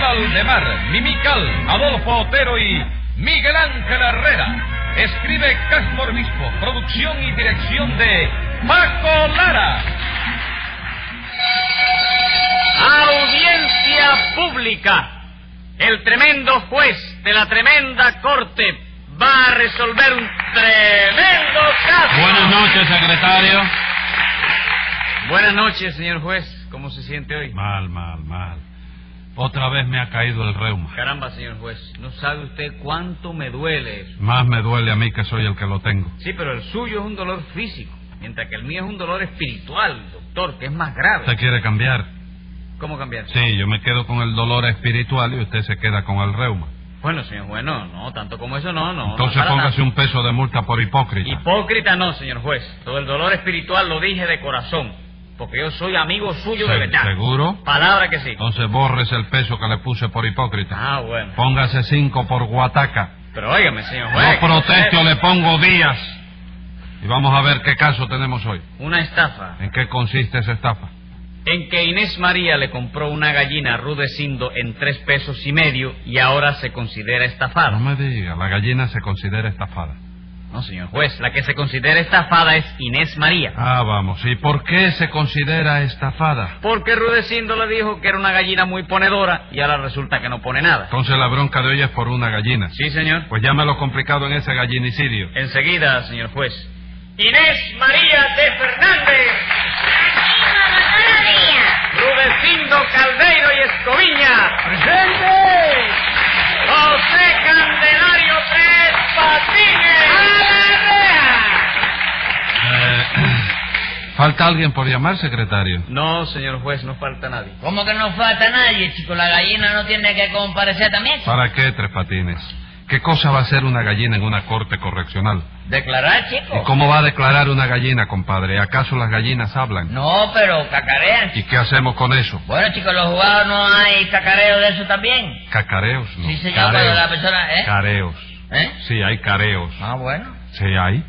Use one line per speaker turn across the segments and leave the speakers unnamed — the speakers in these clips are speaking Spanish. Valdemar, Mimical, Adolfo Otero y Miguel Ángel Herrera. Escribe Castro Obispo, producción y dirección de Paco Lara.
Audiencia pública. El tremendo juez de la tremenda corte va a resolver un tremendo caso.
Buenas noches, secretario.
Buenas noches, señor juez. ¿Cómo se siente hoy?
Mal, mal, mal. Otra vez me ha caído el reuma.
Caramba, señor juez. No sabe usted cuánto me duele eso.
Más me duele a mí que soy el que lo tengo.
Sí, pero el suyo es un dolor físico, mientras que el mío es un dolor espiritual, doctor, que es más grave.
¿Usted quiere cambiar?
¿Cómo cambiar?
Sí, yo me quedo con el dolor espiritual y usted se queda con el reuma.
Bueno, señor juez, no, no, tanto como eso no, no.
Entonces
no para
póngase
nada.
un peso de multa por hipócrita.
Hipócrita no, señor juez. Todo el dolor espiritual lo dije de corazón, porque yo soy amigo suyo de
Se-
verdad.
¿Seguro?
Palabra que sí.
Entonces borres el peso que le puse por hipócrita.
Ah, bueno.
Póngase cinco por guataca.
Pero óigame, señor juez.
No
que usted-
protesto, le pongo días. Y vamos a ver qué caso tenemos hoy.
Una estafa.
¿En qué consiste esa estafa?
En que Inés María le compró una gallina a Rudecindo en tres pesos y medio y ahora se considera
No
estafada.
me diga, la gallina se considera estafada.
No, señor juez, la que se considera estafada es Inés María.
Ah, vamos. ¿Y por qué se considera estafada?
Porque Rudecindo le dijo que era una gallina muy ponedora y ahora resulta que no pone nada.
Entonces la bronca de hoy es por una gallina.
Sí, señor.
Pues llámalo complicado en ese gallinicidio.
Enseguida, señor juez. Inés María de Fernández, Rudecindo Caldeiro y Escoviña. ¡Presente! José Candelario Tres Patines.
Eh, ¿Falta alguien por llamar, secretario?
No, señor juez, no falta nadie.
¿Cómo que no falta nadie, chico? ¿La gallina no tiene que comparecer también?
¿Para qué, Tres Patines? ¿Qué cosa va a ser una gallina en una corte correccional?
¿Declarar,
¿Y
chico?
cómo va a declarar una gallina, compadre? ¿Acaso las gallinas hablan?
No, pero cacarean.
¿Y qué hacemos con eso?
Bueno, chicos, los jugados no hay cacareo de eso también.
Cacareos, ¿no?
Sí, señor, pero la
careos.
persona... ¿Eh?
Careos.
¿Eh?
Sí, hay careos.
Ah, bueno.
Sí, hay.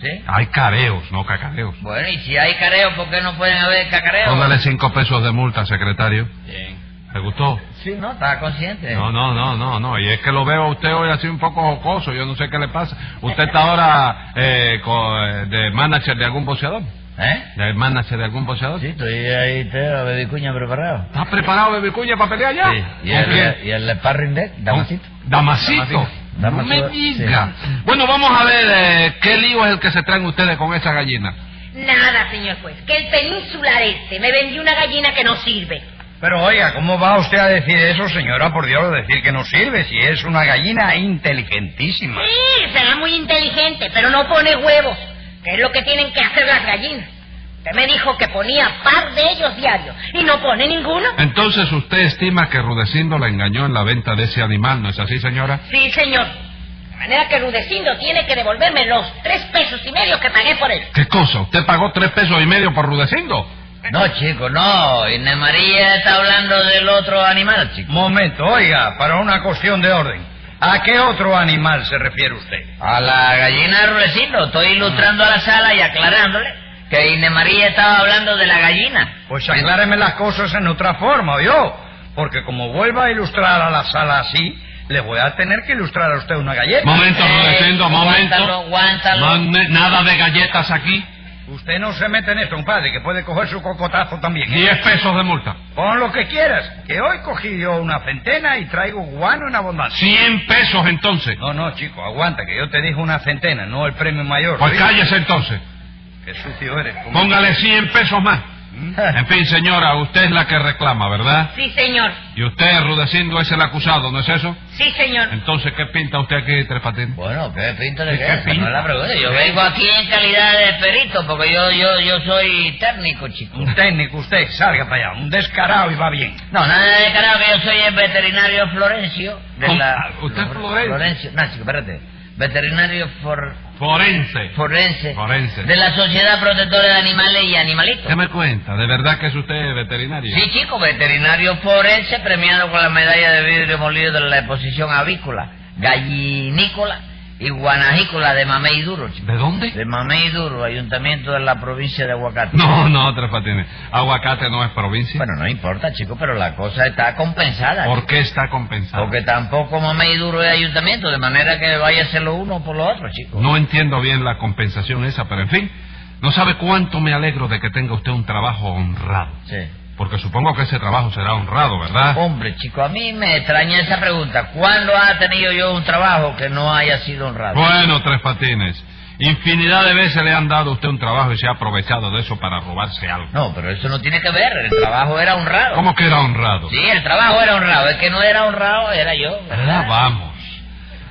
Sí.
Hay careos, no cacareos.
Bueno, y si hay careo, ¿por qué no pueden haber cacareo?
Póngale cinco pesos de multa, secretario.
Bien.
¿Le gustó?
Sí, no, estaba consciente.
No, no, no, no, no. Y es que lo veo a usted hoy así un poco jocoso. Yo no sé qué le pasa. Usted está ahora eh, co- eh, de manager de algún boxeador.
¿Eh?
¿De manager de algún boxeador?
Sí, estoy ahí, te la bebicuña preparado.
¿Estás preparado, Bebicuña, para pelear ya?
Y
¿Con quién?
el, y el sparring deck, damasito.
Damasito. No
Damasito,
me
sí.
diga. Bueno, vamos a ver eh, qué lío es el que se traen ustedes con esa gallina.
Nada, señor juez, que el peninsular este me vendió una gallina que no sirve.
Pero oiga, ¿cómo va usted a decir eso, señora? Por Dios, decir que no sirve si es una gallina inteligentísima.
Sí, será muy inteligente, pero no pone huevos, que es lo que tienen que hacer las gallinas. Usted me dijo que ponía par de ellos diarios y no pone ninguno.
Entonces usted estima que Rudecindo la engañó en la venta de ese animal, ¿no es así, señora?
Sí, señor. De manera que Rudecindo tiene que devolverme los tres pesos y medio que pagué por él.
¿Qué cosa? ¿Usted pagó tres pesos y medio por Rudecindo?
No, chico, no. Inés María está hablando del otro animal, chico.
Momento, oiga, para una cuestión de orden. ¿A qué otro animal se refiere usted?
A la gallina de Rudecindo. Estoy
Ah.
ilustrando a la sala y aclarándole que Inés María estaba hablando de la gallina.
Pues acláreme las cosas en otra forma, yo, Porque como vuelva a ilustrar a la sala así, le voy a tener que ilustrar a usted una galleta.
Momento,
Eh,
Rudecindo, momento.
aguántalo, aguántalo.
No, ne- nada de galletas aquí.
Usted no se mete en esto, compadre, que puede coger su cocotazo también. ¿eh?
Diez pesos de multa.
Pon lo que quieras, que hoy cogí yo una centena y traigo guano en abundancia.
Cien pesos entonces.
No, no, chico, aguanta, que yo te dije una centena, no el premio mayor.
Pues
¿oíste?
cállese entonces.
Qué sucio eres. ¿Mm? como-
Póngale cien pesos más. En fin, señora, usted es la que reclama, ¿verdad?
Sí, señor.
Y usted, Rudecindo, es el acusado, ¿no es eso?
Sí, señor.
Entonces, ¿qué pinta usted aquí, Tres Patines?
Bueno, qué pinta
¿Qué
le queda, esa
pinta?
no es la pregunta. Yo vengo aquí en calidad de perito, porque yo, yo, yo soy técnico, chico.
Un técnico usted, salga para allá, un descarado y va bien.
No, nada de carajo, que yo soy el veterinario Florencio. De
¿Cómo? Ah,
la...
¿Usted es
Flor-
Florencio?
Florencio, no, chico, espérate. Veterinario for-
Forense.
forense.
Forense.
De la Sociedad Protectora de Animales y Animalitos.
¿Qué me cuenta? ¿De verdad que es usted veterinario?
Sí, chico, veterinario forense premiado con la medalla de vidrio molido de la exposición avícola, gallinícola y Guanajícola de Mamey Duro, chico.
¿De dónde?
De Mamey Duro, ayuntamiento de la provincia de Aguacate.
No, no, Tres Patines. Aguacate no es provincia.
Bueno, no importa, chico, pero la cosa está compensada.
¿Por qué está compensado?
Porque tampoco Mamey Duro es ayuntamiento, de manera que vaya a ser lo uno por lo otro, chico.
No entiendo bien la compensación esa, pero en fin, no sabe cuánto me alegro de que tenga usted un trabajo honrado.
Sí.
Porque supongo que ese trabajo será honrado, ¿verdad?
Hombre, chico, a mí me extraña esa pregunta. ¿Cuándo ha tenido yo un trabajo que no haya sido honrado?
Bueno, Tres Patines. Infinidad de veces le han dado a usted un trabajo y se ha aprovechado de eso para robarse algo.
No, pero eso no tiene que ver. El trabajo era honrado.
¿Cómo que era honrado?
Sí, el trabajo era honrado. El que no era honrado era yo.
Ah, vamos.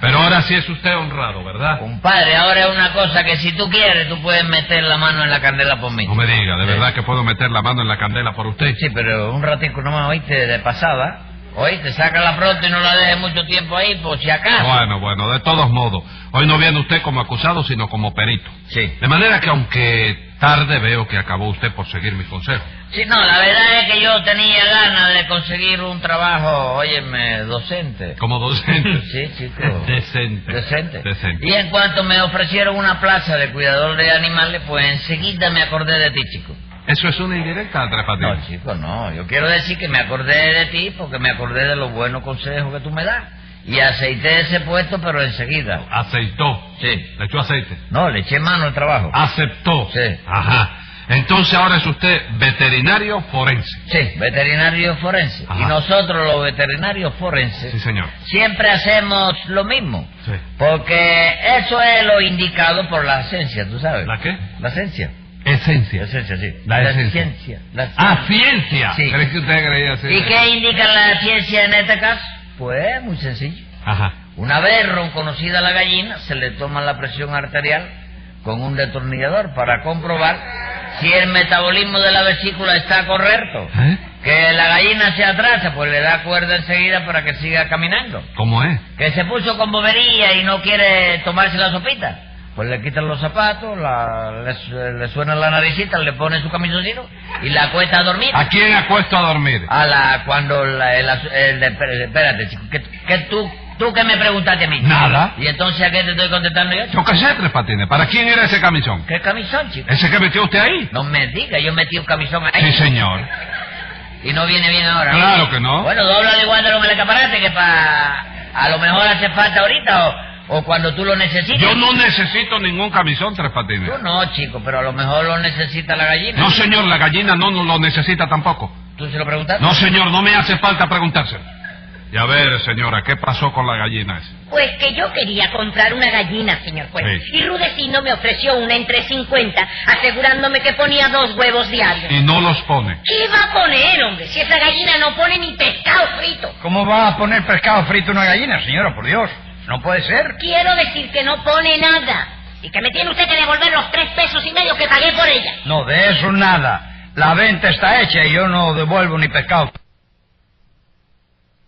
Pero ahora sí es usted honrado, ¿verdad?
Compadre, ahora es una cosa que si tú quieres, tú puedes meter la mano en la candela por mí.
No me diga, ¿de
Sí.
verdad que puedo meter la mano en la candela por usted?
Sí, pero un ratico nomás, oíste, de pasada. Oíste, sácala pronto y no la dejes mucho tiempo ahí, por si acaso.
Bueno, bueno, de todos modos, hoy no viene usted como acusado, sino como perito.
Sí.
De manera que aunque tarde veo que acabó usted por seguir mis consejos.
Sí, no, la verdad es que yo tenía ganas de conseguir un trabajo, óyeme, docente.
Como docente.
Sí, chico.
Decente.
Decente.
Decente.
Y en cuanto me ofrecieron una plaza de cuidador de animales, pues enseguida me acordé de ti, chico.
Eso es una indirecta, Tres Patines.
No, chico, no. Yo quiero decir que me acordé de ti porque me acordé de los buenos consejos que tú me das. Y aceité ese puesto, pero enseguida.
Aceitó.
Sí.
Le echó aceite.
No, le eché mano al trabajo.
Ah. Aceptó.
Sí.
Ajá. Entonces ahora es usted veterinario forense.
Sí, veterinario forense.
Ajá.
Y nosotros los veterinarios forenses
Sí, señor.
siempre hacemos lo mismo.
Sí.
Porque eso es lo indicado por la esencia, tú sabes.
¿La qué?
La esencia. La
Esencia.
esencia, sí.
La esencia.
ciencia. La
Ah,
ciencia.
ciencia.
Sí.
¿Crees que usted creía así?
¿Y qué indica la ciencia en este caso? Pues muy sencillo.
Ajá.
Una vez ronconocida la gallina, se le toma la presión arterial con un detornillador para comprobar si el metabolismo de la vesícula está correcto.
¿Eh?
Que la gallina se atrasa, pues le da cuerda enseguida para que siga caminando.
¿Cómo es?
Que se puso con bobería y no quiere tomarse la sopita. Pues le quitan los zapatos, la- le, su- le suena la naricita, le pone su camisoncito y la cuesta a dormir.
¿A quién acuesto a dormir?
A la, cuando la, el asu- el- espérate, espérate, chico, que, que tú, tú que me preguntaste a mí.
Nada.
¿Y entonces a qué te estoy contestando yo? chico?
Yo qué sé, Tres Patines. ¿Para quién era ese camisón?
¿Qué camisón, chico?
¿Ese que metió usted ahí?
No me digas, yo metí un camisón
Sí,
ahí
señor.
y no viene bien ahora. ¿no?
Claro que no.
Bueno, doblale y guárdalo en el escaparate que pa... a lo mejor hace falta ahorita o, o cuando tú lo necesites.
Yo no necesito ningún camisón, Tres Patines.
Tú no, chico, pero a lo mejor lo necesita la gallina.
No, señor, la gallina no, no lo necesita tampoco.
¿Tú se lo preguntaste?
No, señor, no me hace falta preguntárselo. Y a ver, señora, ¿qué pasó con la gallina esa?
Pues que yo quería comprar una gallina, señor juez.
Sí.
Y Rudecino me ofreció una entre 50, asegurándome que ponía dos huevos diarios.
Y no los pone.
¿Qué va a poner, hombre? Si esa gallina no pone ni pescado frito.
¿Cómo va a poner pescado frito una gallina, señora? Por Dios. No puede ser.
Quiero decir que no pone nada. Y que me tiene usted que devolver los tres pesos y medio que pagué por ella.
No, de eso nada. La venta está hecha y yo no devuelvo ni pescado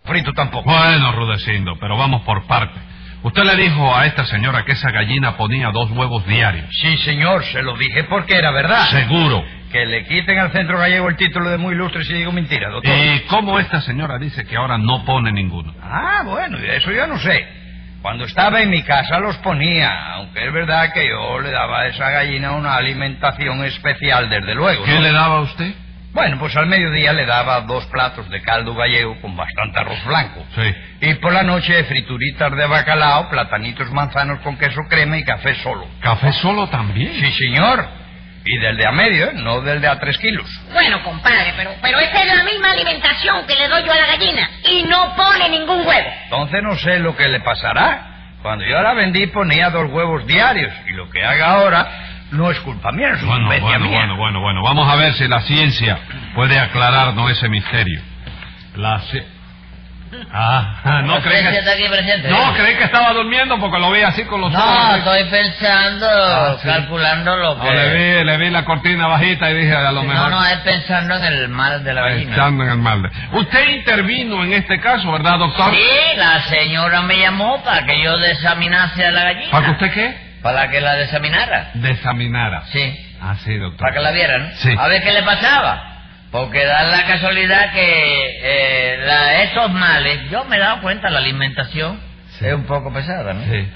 frito tampoco.
Bueno, Rudecindo, pero vamos por partes. Usted le dijo a esta señora que esa gallina ponía dos huevos diarios.
Sí, señor, se lo dije porque era verdad.
Seguro.
Que le quiten al centro gallego el título de muy ilustre si digo mentira, doctor.
¿Y cómo esta señora dice que ahora no pone ninguno?
Ah, bueno, eso yo no sé. Cuando estaba en mi casa los ponía, aunque es verdad que yo le daba a esa gallina una alimentación especial, desde luego.
¿Qué
¿no?
le daba a usted?
Bueno, pues al mediodía le daba dos platos de caldo gallego con bastante arroz blanco.
Sí.
Y por la noche frituritas de bacalao, platanitos manzanos con queso crema y café solo.
¿Café solo también?
Sí, señor. Y del de a medio, ¿eh? no del de a tres kilos.
Bueno, compadre, pero, pero esa es la misma alimentación que le doy yo a la gallina. Y no pone ningún huevo.
Entonces no sé lo que le pasará. Cuando yo la vendí ponía dos huevos diarios. Y lo que haga ahora no es culpa mía, es
Bueno,
incumbencia
bueno,
mía.
bueno, bueno, bueno. Vamos a ver si la ciencia puede aclararnos ese misterio. La ci- Ah, no
La
creí
ciencia está
que...
aquí presente.
No, creí que estaba durmiendo porque lo vi así con los
No,
ojos.
estoy pensando,
Ah, sí.
calculando lo
No,
que...
le vi, le vi la cortina bajita y dije a lo
no,
mejor...
no, es pensando en el mal de la gallina.
Pensando en el mal. Usted intervino en este caso, ¿verdad, doctor?
Sí, la señora me llamó para que yo desaminase a la gallina.
¿Para que usted qué?
Para que la desaminara.
Desaminara.
Sí,
Ah, sí, doctor.
para que la vieran.
Sí.
A ver qué le pasaba. Porque da la casualidad que eh, la- esos males, yo me he dado cuenta, la alimentación
Sí.
es un poco pesada, ¿no?
Sí.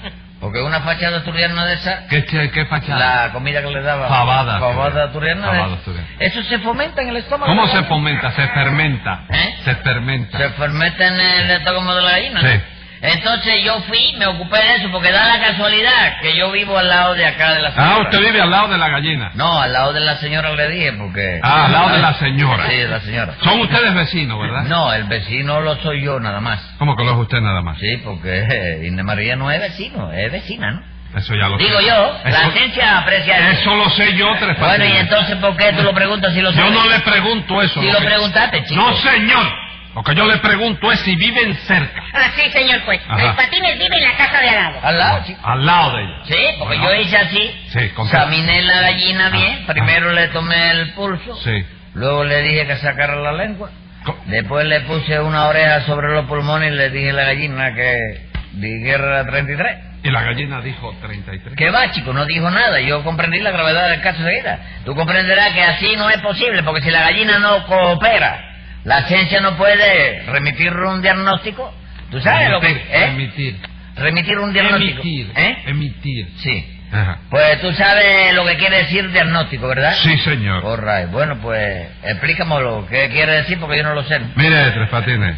Porque una fachada asturiana de esa,
¿Qué, che- qué fachada?
la comida que le daba.
Fabada asturiana.
Fabada asturiana. de-
Fabada asturiana.
Eso se fomenta en el estómago.
¿Cómo
¿no?
se fomenta? Se fermenta.
¿Eh?
Se fermenta.
Se fermenta en el estómago de la gallina. ¿no?
Sí.
Entonces yo fui, me ocupé de eso, porque da la casualidad que yo vivo al lado de acá de la señora.
Ah, usted vive al lado de la gallina.
No, al lado de la señora le dije, porque...
Ah, al lado de la señora.
Sí, de la señora.
Son ustedes vecinos, ¿verdad?
No, el vecino lo soy yo nada más.
¿Cómo que lo es usted nada más?
Sí, porque eh, Inés María no es vecino, es vecina, ¿no?
Eso ya lo
Digo
sé.
yo, la
Eso-
ciencia aprecia eso.
Eso lo sé yo, Tres
Bueno,
Patines.
y entonces, ¿por qué tú lo preguntas si lo
Yo
sabes?
no le pregunto eso.
Si
lo
lo
que-
preguntaste, chico.
No, señor. Lo que yo le pregunto es si viven cerca.
Ah, sí, señor juez.
Ajá.
Los patines viven en la casa de al lado.
Ah.
Al lado, chico.
Al lado de ella.
Sí, porque
Bueno.
yo hice así.
Sí, con
Examiné la gallina bien.
Ah,
Primero le tomé el pulso.
Sí.
Luego le dije que sacara la lengua.
Co-
Después le puse una oreja sobre los pulmones y le dije a la gallina que dijera 33.
Y la gallina dijo 33.
¿Qué va, chico? No dijo nada. Yo comprendí la gravedad del caso seguida. Tú comprenderás que así no es posible, porque si la gallina no coopera, la ciencia no puede remitir un diagnóstico. ¿Tú sabes lo que
Emitir,
¿eh?
Emitir.
Remitir un diagnóstico.
Emitir.
¿Eh?
Emitir.
Sí.
Ajá.
Pues tú sabes lo que quiere decir diagnóstico, ¿verdad?
Sí, señor.
All right. Bueno, pues explícamelo. ¿Qué quiere decir? Porque yo no lo sé.
Mire, Tres Patines,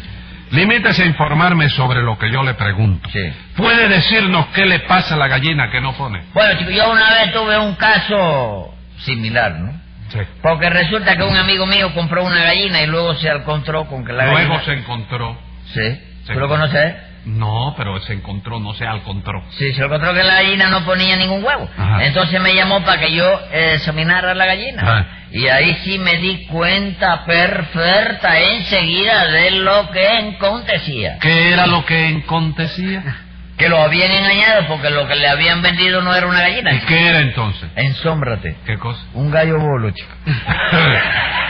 limítese a informarme sobre lo que yo le pregunto.
Sí.
¿Puede decirnos qué le pasa a la gallina que no pone?
Bueno, chico, yo una vez tuve un caso similar, ¿no?
Sí.
Porque resulta que un amigo mío compró una gallina y luego se encontró con que la
Luego
gallina...
se encontró.
Sí.
se-
¿Tú lo conoces?
No, pero se encontró, no se alcontró.
Sí, se encontró que la gallina no ponía ningún huevo.
Ajá.
Entonces me llamó para que yo eh, examinara la gallina.
Ajá.
Y ahí sí me di cuenta perfecta enseguida de lo que acontecía.
¿Qué era lo que acontecía?
Que lo habían engañado porque lo que le habían vendido no era una gallina.
¿Y qué era entonces?
Ensómbrate.
¿Qué cosa?
Un gallo bolo, chico.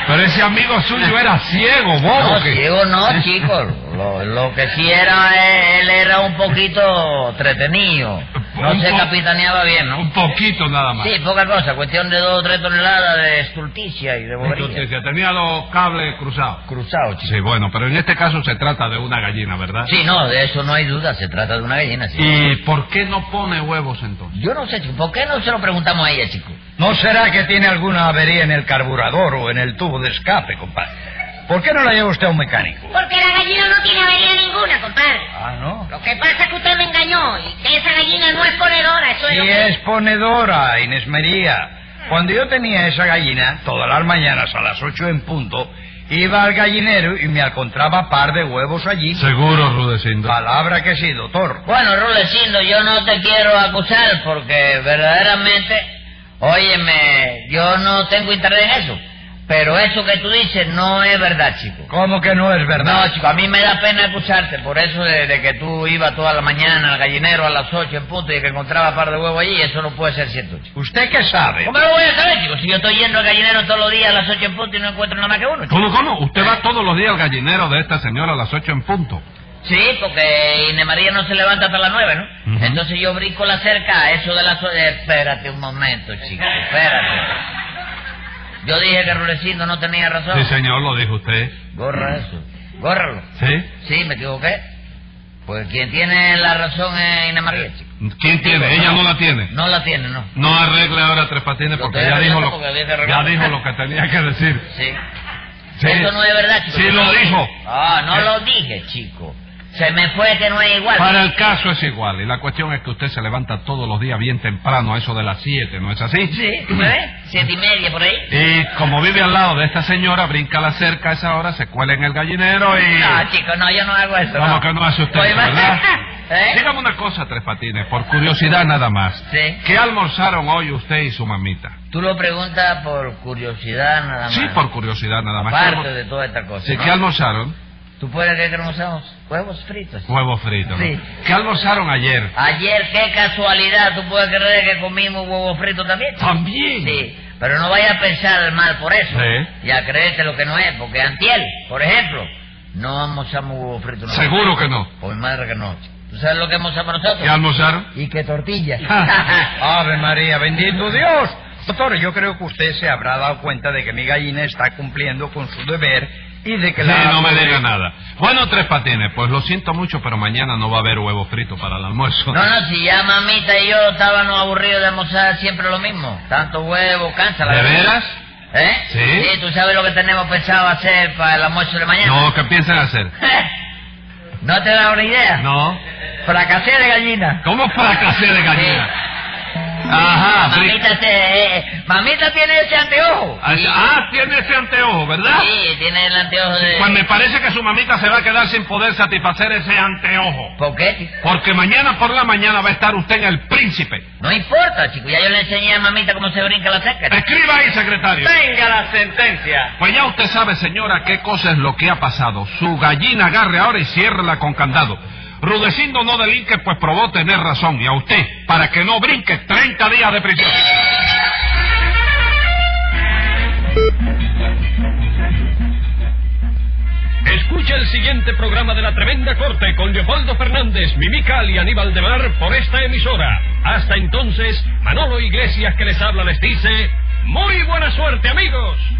pero ese amigo suyo era ciego, bobo.
No,
que-
ciego no, chico. Lo, lo que sí era, eh, él era un poquito entretenido. No
Un
se
po-
capitaneaba bien, ¿no?
Un poquito nada más.
Sí, poca cosa, cuestión de dos o tres toneladas de estulticia y de bobería.
Entonces, tenía los cables cruzados.
Cruzado, chico.
Sí, bueno, pero en este caso se trata de una gallina, ¿verdad?
Sí, no, de eso no hay duda, se trata de una gallina, sí.
¿Y por qué no pone huevos entonces?
Yo no sé, chico, ¿por qué no se lo preguntamos a ella, chico?
¿No será que tiene alguna avería en el carburador o en el tubo de escape, compadre? ¿Por qué no la lleva usted a un mecánico?
Porque la gallina no tiene avería ninguna, compadre.
Ah, no.
Lo que pasa es que usted me engañó y que esa gallina no es ponedora, eso es
Sí
lo que...
es ponedora, Inés María. Cuando yo tenía esa gallina, todas las mañanas a las ocho en punto, iba al gallinero y me encontraba par de huevos allí.
Seguro, Rudecindo.
Palabra que sí, doctor.
Bueno, Rudecindo, yo no te quiero acusar porque verdaderamente, óyeme, yo no tengo interés en eso. Pero eso que tú dices no es verdad, chico.
¿Cómo que no es verdad?
No, chico, a mí me da pena acusarte por eso de, de que tú ibas toda la mañana al gallinero a las ocho en punto y que encontraba par de huevos allí, eso no puede ser cierto, chico.
¿Usted qué sabe?
¿Cómo lo voy a saber, chico? Si yo estoy yendo al gallinero todos los días a las ocho en punto y no encuentro nada más que uno, chico.
¿Cómo, cómo? Usted va todos los días al gallinero de esta señora a las ocho en punto.
Sí, porque Inés María no se levanta hasta las nueve, ¿no?
Ujú.
Entonces yo brinco la cerca a eso de las... o- eh, Espérate un momento, chico, espérate. Yo dije que Rulecindo no tenía razón.
Sí, señor, lo dijo usted.
Gorra eso, górralo.
¿Sí?
Sí, me equivoqué. Pues quien tiene la razón es Inés María, chico.
¿Quién tiene?
Digo,
¿Ella no la tiene?
No la tiene, no.
No arregle ahora Tres Patines
Lo
porque
estoy
ya dijo,
arreglando
lo,
porque había que
ya
arreglarlo.
dijo lo que tenía que decir.
Sí.
Sí.
Eso no es verdad, chico.
Sí, lo dijo.
Ah, no lo dije, chico. Se me fue que no es igual.
Para el caso es igual. Y la cuestión es que usted se levanta todos los días bien temprano, a eso de las siete, ¿no es así?
Sí, ¿tú me ves? Siete y media por ahí.
Y como vive al lado de esta señora, brinca la cerca a esa hora, se cuela en el gallinero y...
No, Ah, chico, no, yo no hago eso.
Vamos, que no hace usted,
Oye, va-
¿verdad?
¿Eh?
Dígame una cosa, Tres Patines, por curiosidad nada más.
Sí.
¿Qué almorzaron hoy usted y su mamita?
Tú lo preguntas por curiosidad nada más.
Sí, por curiosidad nada más.
Aparte de toda esta cosa.
Sí,
¿no?
¿qué almorzaron?
¿Tú puedes creer que no usamos huevos fritos?
Huevos fritos. ¿no?
Sí.
¿Qué almorzaron ayer?
Ayer, qué casualidad, ¿tú puedes creer que comimos huevos fritos también?
También.
Sí, pero no vaya a pensar mal por eso.
Sí.
Y a creerte lo que no es, porque antiel, por ejemplo, no almorzamos huevo frito. ¿no?
Seguro que no.
Por madre que no. ¿Tú sabes lo que almorzamos
¿Qué
nosotros?
almorzaron?
Y que tortilla.
Ah.
Ave María, bendito Dios. Doctor, yo creo que usted se habrá dado cuenta de que mi gallina está cumpliendo con su deber y de que
Sí,
la...
no me diga nada. Bueno, tres patines, pues lo siento mucho, pero mañana no va a haber huevo frito para el almuerzo.
No, no, si ya mamita y yo estábamos aburridos de almorzar siempre lo mismo. Tanto huevo, cansa la
¿De
verdad.
veras?
¿Eh?
Sí.
tú sabes lo que tenemos pensado hacer para el almuerzo de mañana.
No, ¿qué piensan hacer?
¿No te da una idea?
No.
Fracasé de gallina.
¿Cómo fracasé de gallina? Ajá, frito.
Mamita, se- eh, mamita tiene ese anteojo.
Ah, Ah, tiene ese anteojo, ¿verdad?
Sí, tiene el anteojo de...
Pues me parece que su mamita se va a quedar sin poder satisfacer ese anteojo.
¿Por qué?
Porque mañana por la mañana va a estar usted en el príncipe.
No importa, chico. Ya yo le enseñé a mamita cómo se brinca la cerca.
Escriba ahí, secretario.
Tenga la sentencia.
Pues ya usted sabe, señora, qué cosa es lo que ha pasado. Su gallina agarre ahora y ciérrela con candado. Rudecindo no delinque, pues probó tener razón. Y a usted, para que no brinque, 30 días de prisión.
Escucha el siguiente programa de La Tremenda Corte con Leopoldo Fernández, Mimical y Aníbal de Mar por esta emisora. Hasta entonces, Manolo Iglesias que les habla les dice, ¡Muy buena suerte amigos!